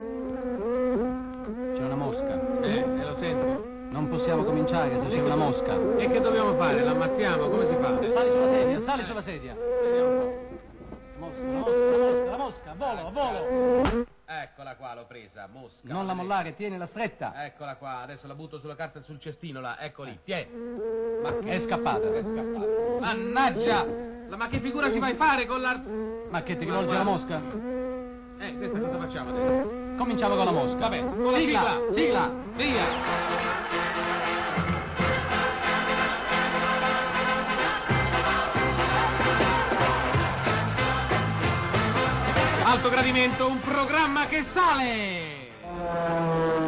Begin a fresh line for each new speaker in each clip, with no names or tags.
Eh,
possiamo cominciare, se c'è una mosca.
E che dobbiamo fare? L'ammazziamo? Come si fa?
Sali sulla sedia, sali sulla sedia. Mosca, la mosca, la mosca, la mosca, volo, a volo.
Eccola qua, l'ho presa, mosca.
Non la mollare, tienila stretta.
Eccola qua, adesso la butto sulla carta sul cestino là, eccoli, tiè.
Ma che Eh. è scappata.
È scappata. Mannaggia! La- Ma che figura ci vai a fare con la...
Ma che ti rivolge la mosca?
Eh, questa cosa facciamo adesso?
Cominciamo con la mosca.
Vabbè, con la
sigla,
sigla.
sigla.
Via! Alto gradimento, un programma che sale!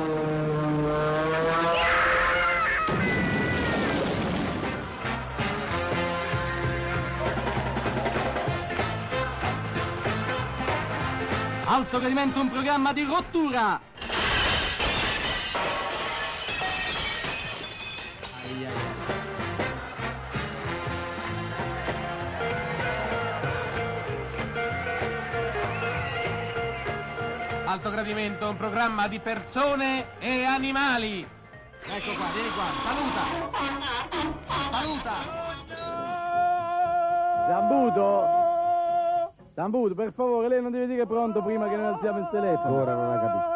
Alto gradimento, un programma di rottura. Ai, ai, ai.
Alto gradimento, un programma di persone e animali. Ecco qua, vieni qua, saluta. Saluta.
Zambuto! Zambuto, per favore, lei non deve dire pronto prima che non alziamo il telefono.
Ancora non ha capito.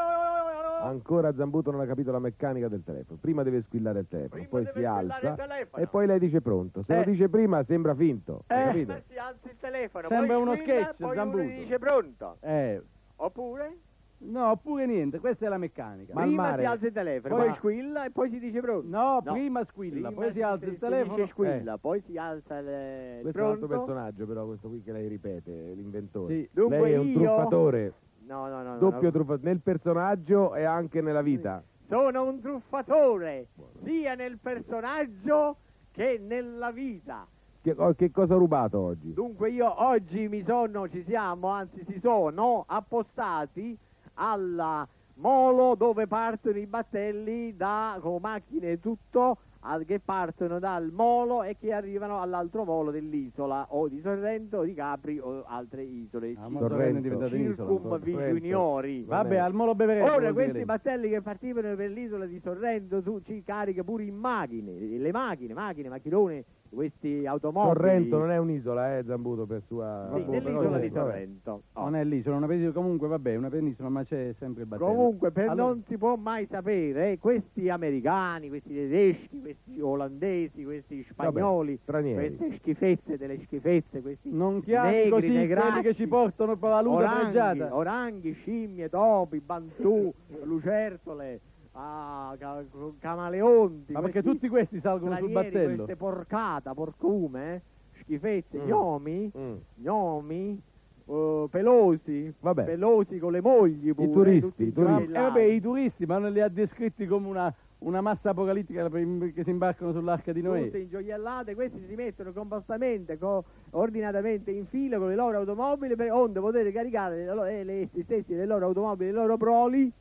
Ancora Zambuto non ha capito la meccanica del telefono. Prima deve squillare il telefono,
Prima
poi
deve
si
squillare
alza
il telefono.
e poi lei dice pronto. Se
Eh.
lo dice prima sembra finto, hai
Eh.
capito?
Si alza il telefono.
Sembra
poi
uno
squilla,
sketch,
Poi
Zambuto.
uno gli dice pronto.
Eh,
Oppure?
no, oppure niente, questa è la meccanica.
Ma al
prima
mare-
si alza il telefono,
Poi-
poi squilla e poi si dice pronto.
No, prima squilla, poi si alza il telefono. Eh.
dice squilla, poi si alza il
Eh, Questo
eh,
è un
pronto.
altro personaggio però, questo qui che lei ripete, l'inventore.
Sì,
dunque
lei è un
io-
truffatore,
No, no, no, no.
doppio
no.
truffatore, nel personaggio e anche nella vita.
Sono un truffatore, sia nel personaggio che nella vita.
Che, oh, che cosa ha rubato oggi?
Dunque io oggi mi sono, ci siamo, anzi si sono appostati alla molo dove partono i battelli da, con macchine e tutto al- che partono dal molo e che arrivano all'altro molo dell'isola o di Sorrento o di Capri o altre isole.
Ah,
Ci-
mo' Torrento è diventato un'isola,
Circum
ancora.
viciniori.
Vabbè, al molo beveremo.
Ora
vuol dire
questi
lei.
battelli che partivano per l'isola di Sorrento tu ci carica pure in macchine, le macchine, macchine, macchinone, questi automobili.
Sorrento non è un'isola, eh, Zambuto, per sua...
Sì,
Vabbè,
dell'isola
però,
di
vabbè.
Sorrento. Oh.
Non è l'isola, una penisola, comunque vabbè, una penisola, ma c'è sempre il battello.
Comunque, per
Allora-
non si può mai sapere, eh, questi americani, questi tedeschi, questi olandesi, questi spagnoli,
stranieri.
queste schifezze delle schifezze, questi
Non chiami
negri,
così quelli
negracci,
che ci portano per la luce
oranghi,
pregiata.
oranghi, scimmie, topi, bantù, lucertole, ah, ca- camaleonti.
Ma perché
questi
tutti questi salgono sul
stranieri,
battello?
Queste porcata, porcume, eh, schifezze,
Mm.
gnomi,
Mm.
gnomi, eh, pelosi,
Vabbè.
pelosi con le mogli pure,
turisti,
tutti
i turisti.
Eh,
gemellati.
vabbè, i turisti, ma non li ha descritti come una, una massa apocalittica per- che si imbarcano sull'arca di Noè.
Tutte ingioiellate, questi si mettono compostamente, co- ordinatamente in fila con le loro automobili, per, onde potete caricare le, lo- eh, le- gli stessi le loro automobili, le loro proli,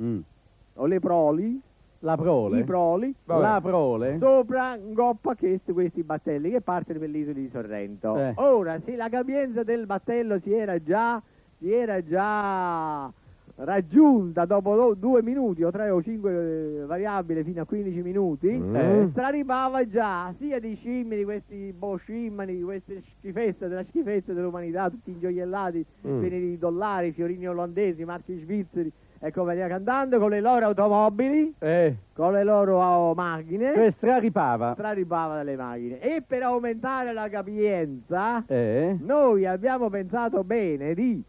Mm.
o le proli,
La prole.
i proli,
Vabbè.
La prole.
sopra in goppa che- questi battelli che partono per l'isola di Sorrento.
Eh.
Ora, sì, la capienza del battello si era già, si era già raggiunta dopo do- due minuti o tre o cinque eh, variabili fino a 15 minuti.
Mm.
Eh, straripava già sia di scimmie, di questi boscimmani, di queste schifezze, della schifezza dell'umanità, tutti ingioiellati,
Mm.
pieni di dollari, fiorini olandesi, marchi svizzeri e come via cantando, con le loro automobili,
Eh,
con le loro oh, macchine
che straripava.
straripava dalle macchine. E per aumentare la capienza,
Eh?
noi abbiamo pensato bene di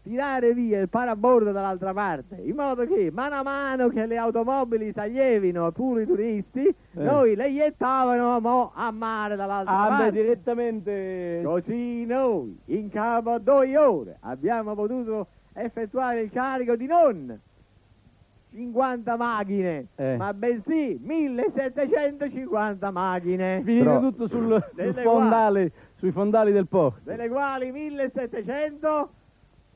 tirare via il parabordo dall'altra parte, in modo che mano a mano che le automobili taglievino pure i turisti, noi le iettavano mo a mare dall'altra
Ah, beh,
parte.
direttamente...
Così noi, in capo a due ore, abbiamo potuto effettuare il carico di non 50 macchine,
Eh.
ma bensì 1750 macchine.
Finire
Però-
tutto sul, sul
Delle
fondale, sui fondali del porto.
delle quali 1700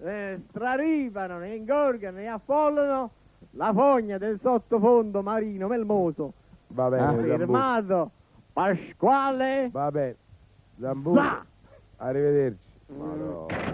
eh, straripano, ne ingorgano, ne affollano la fogna del sottofondo marino melmoso,
Va bene,
Ah.
Zambuto.
firmato Pasquale
Va bene. Zambuto.
Za.
Arrivederci. Madonna.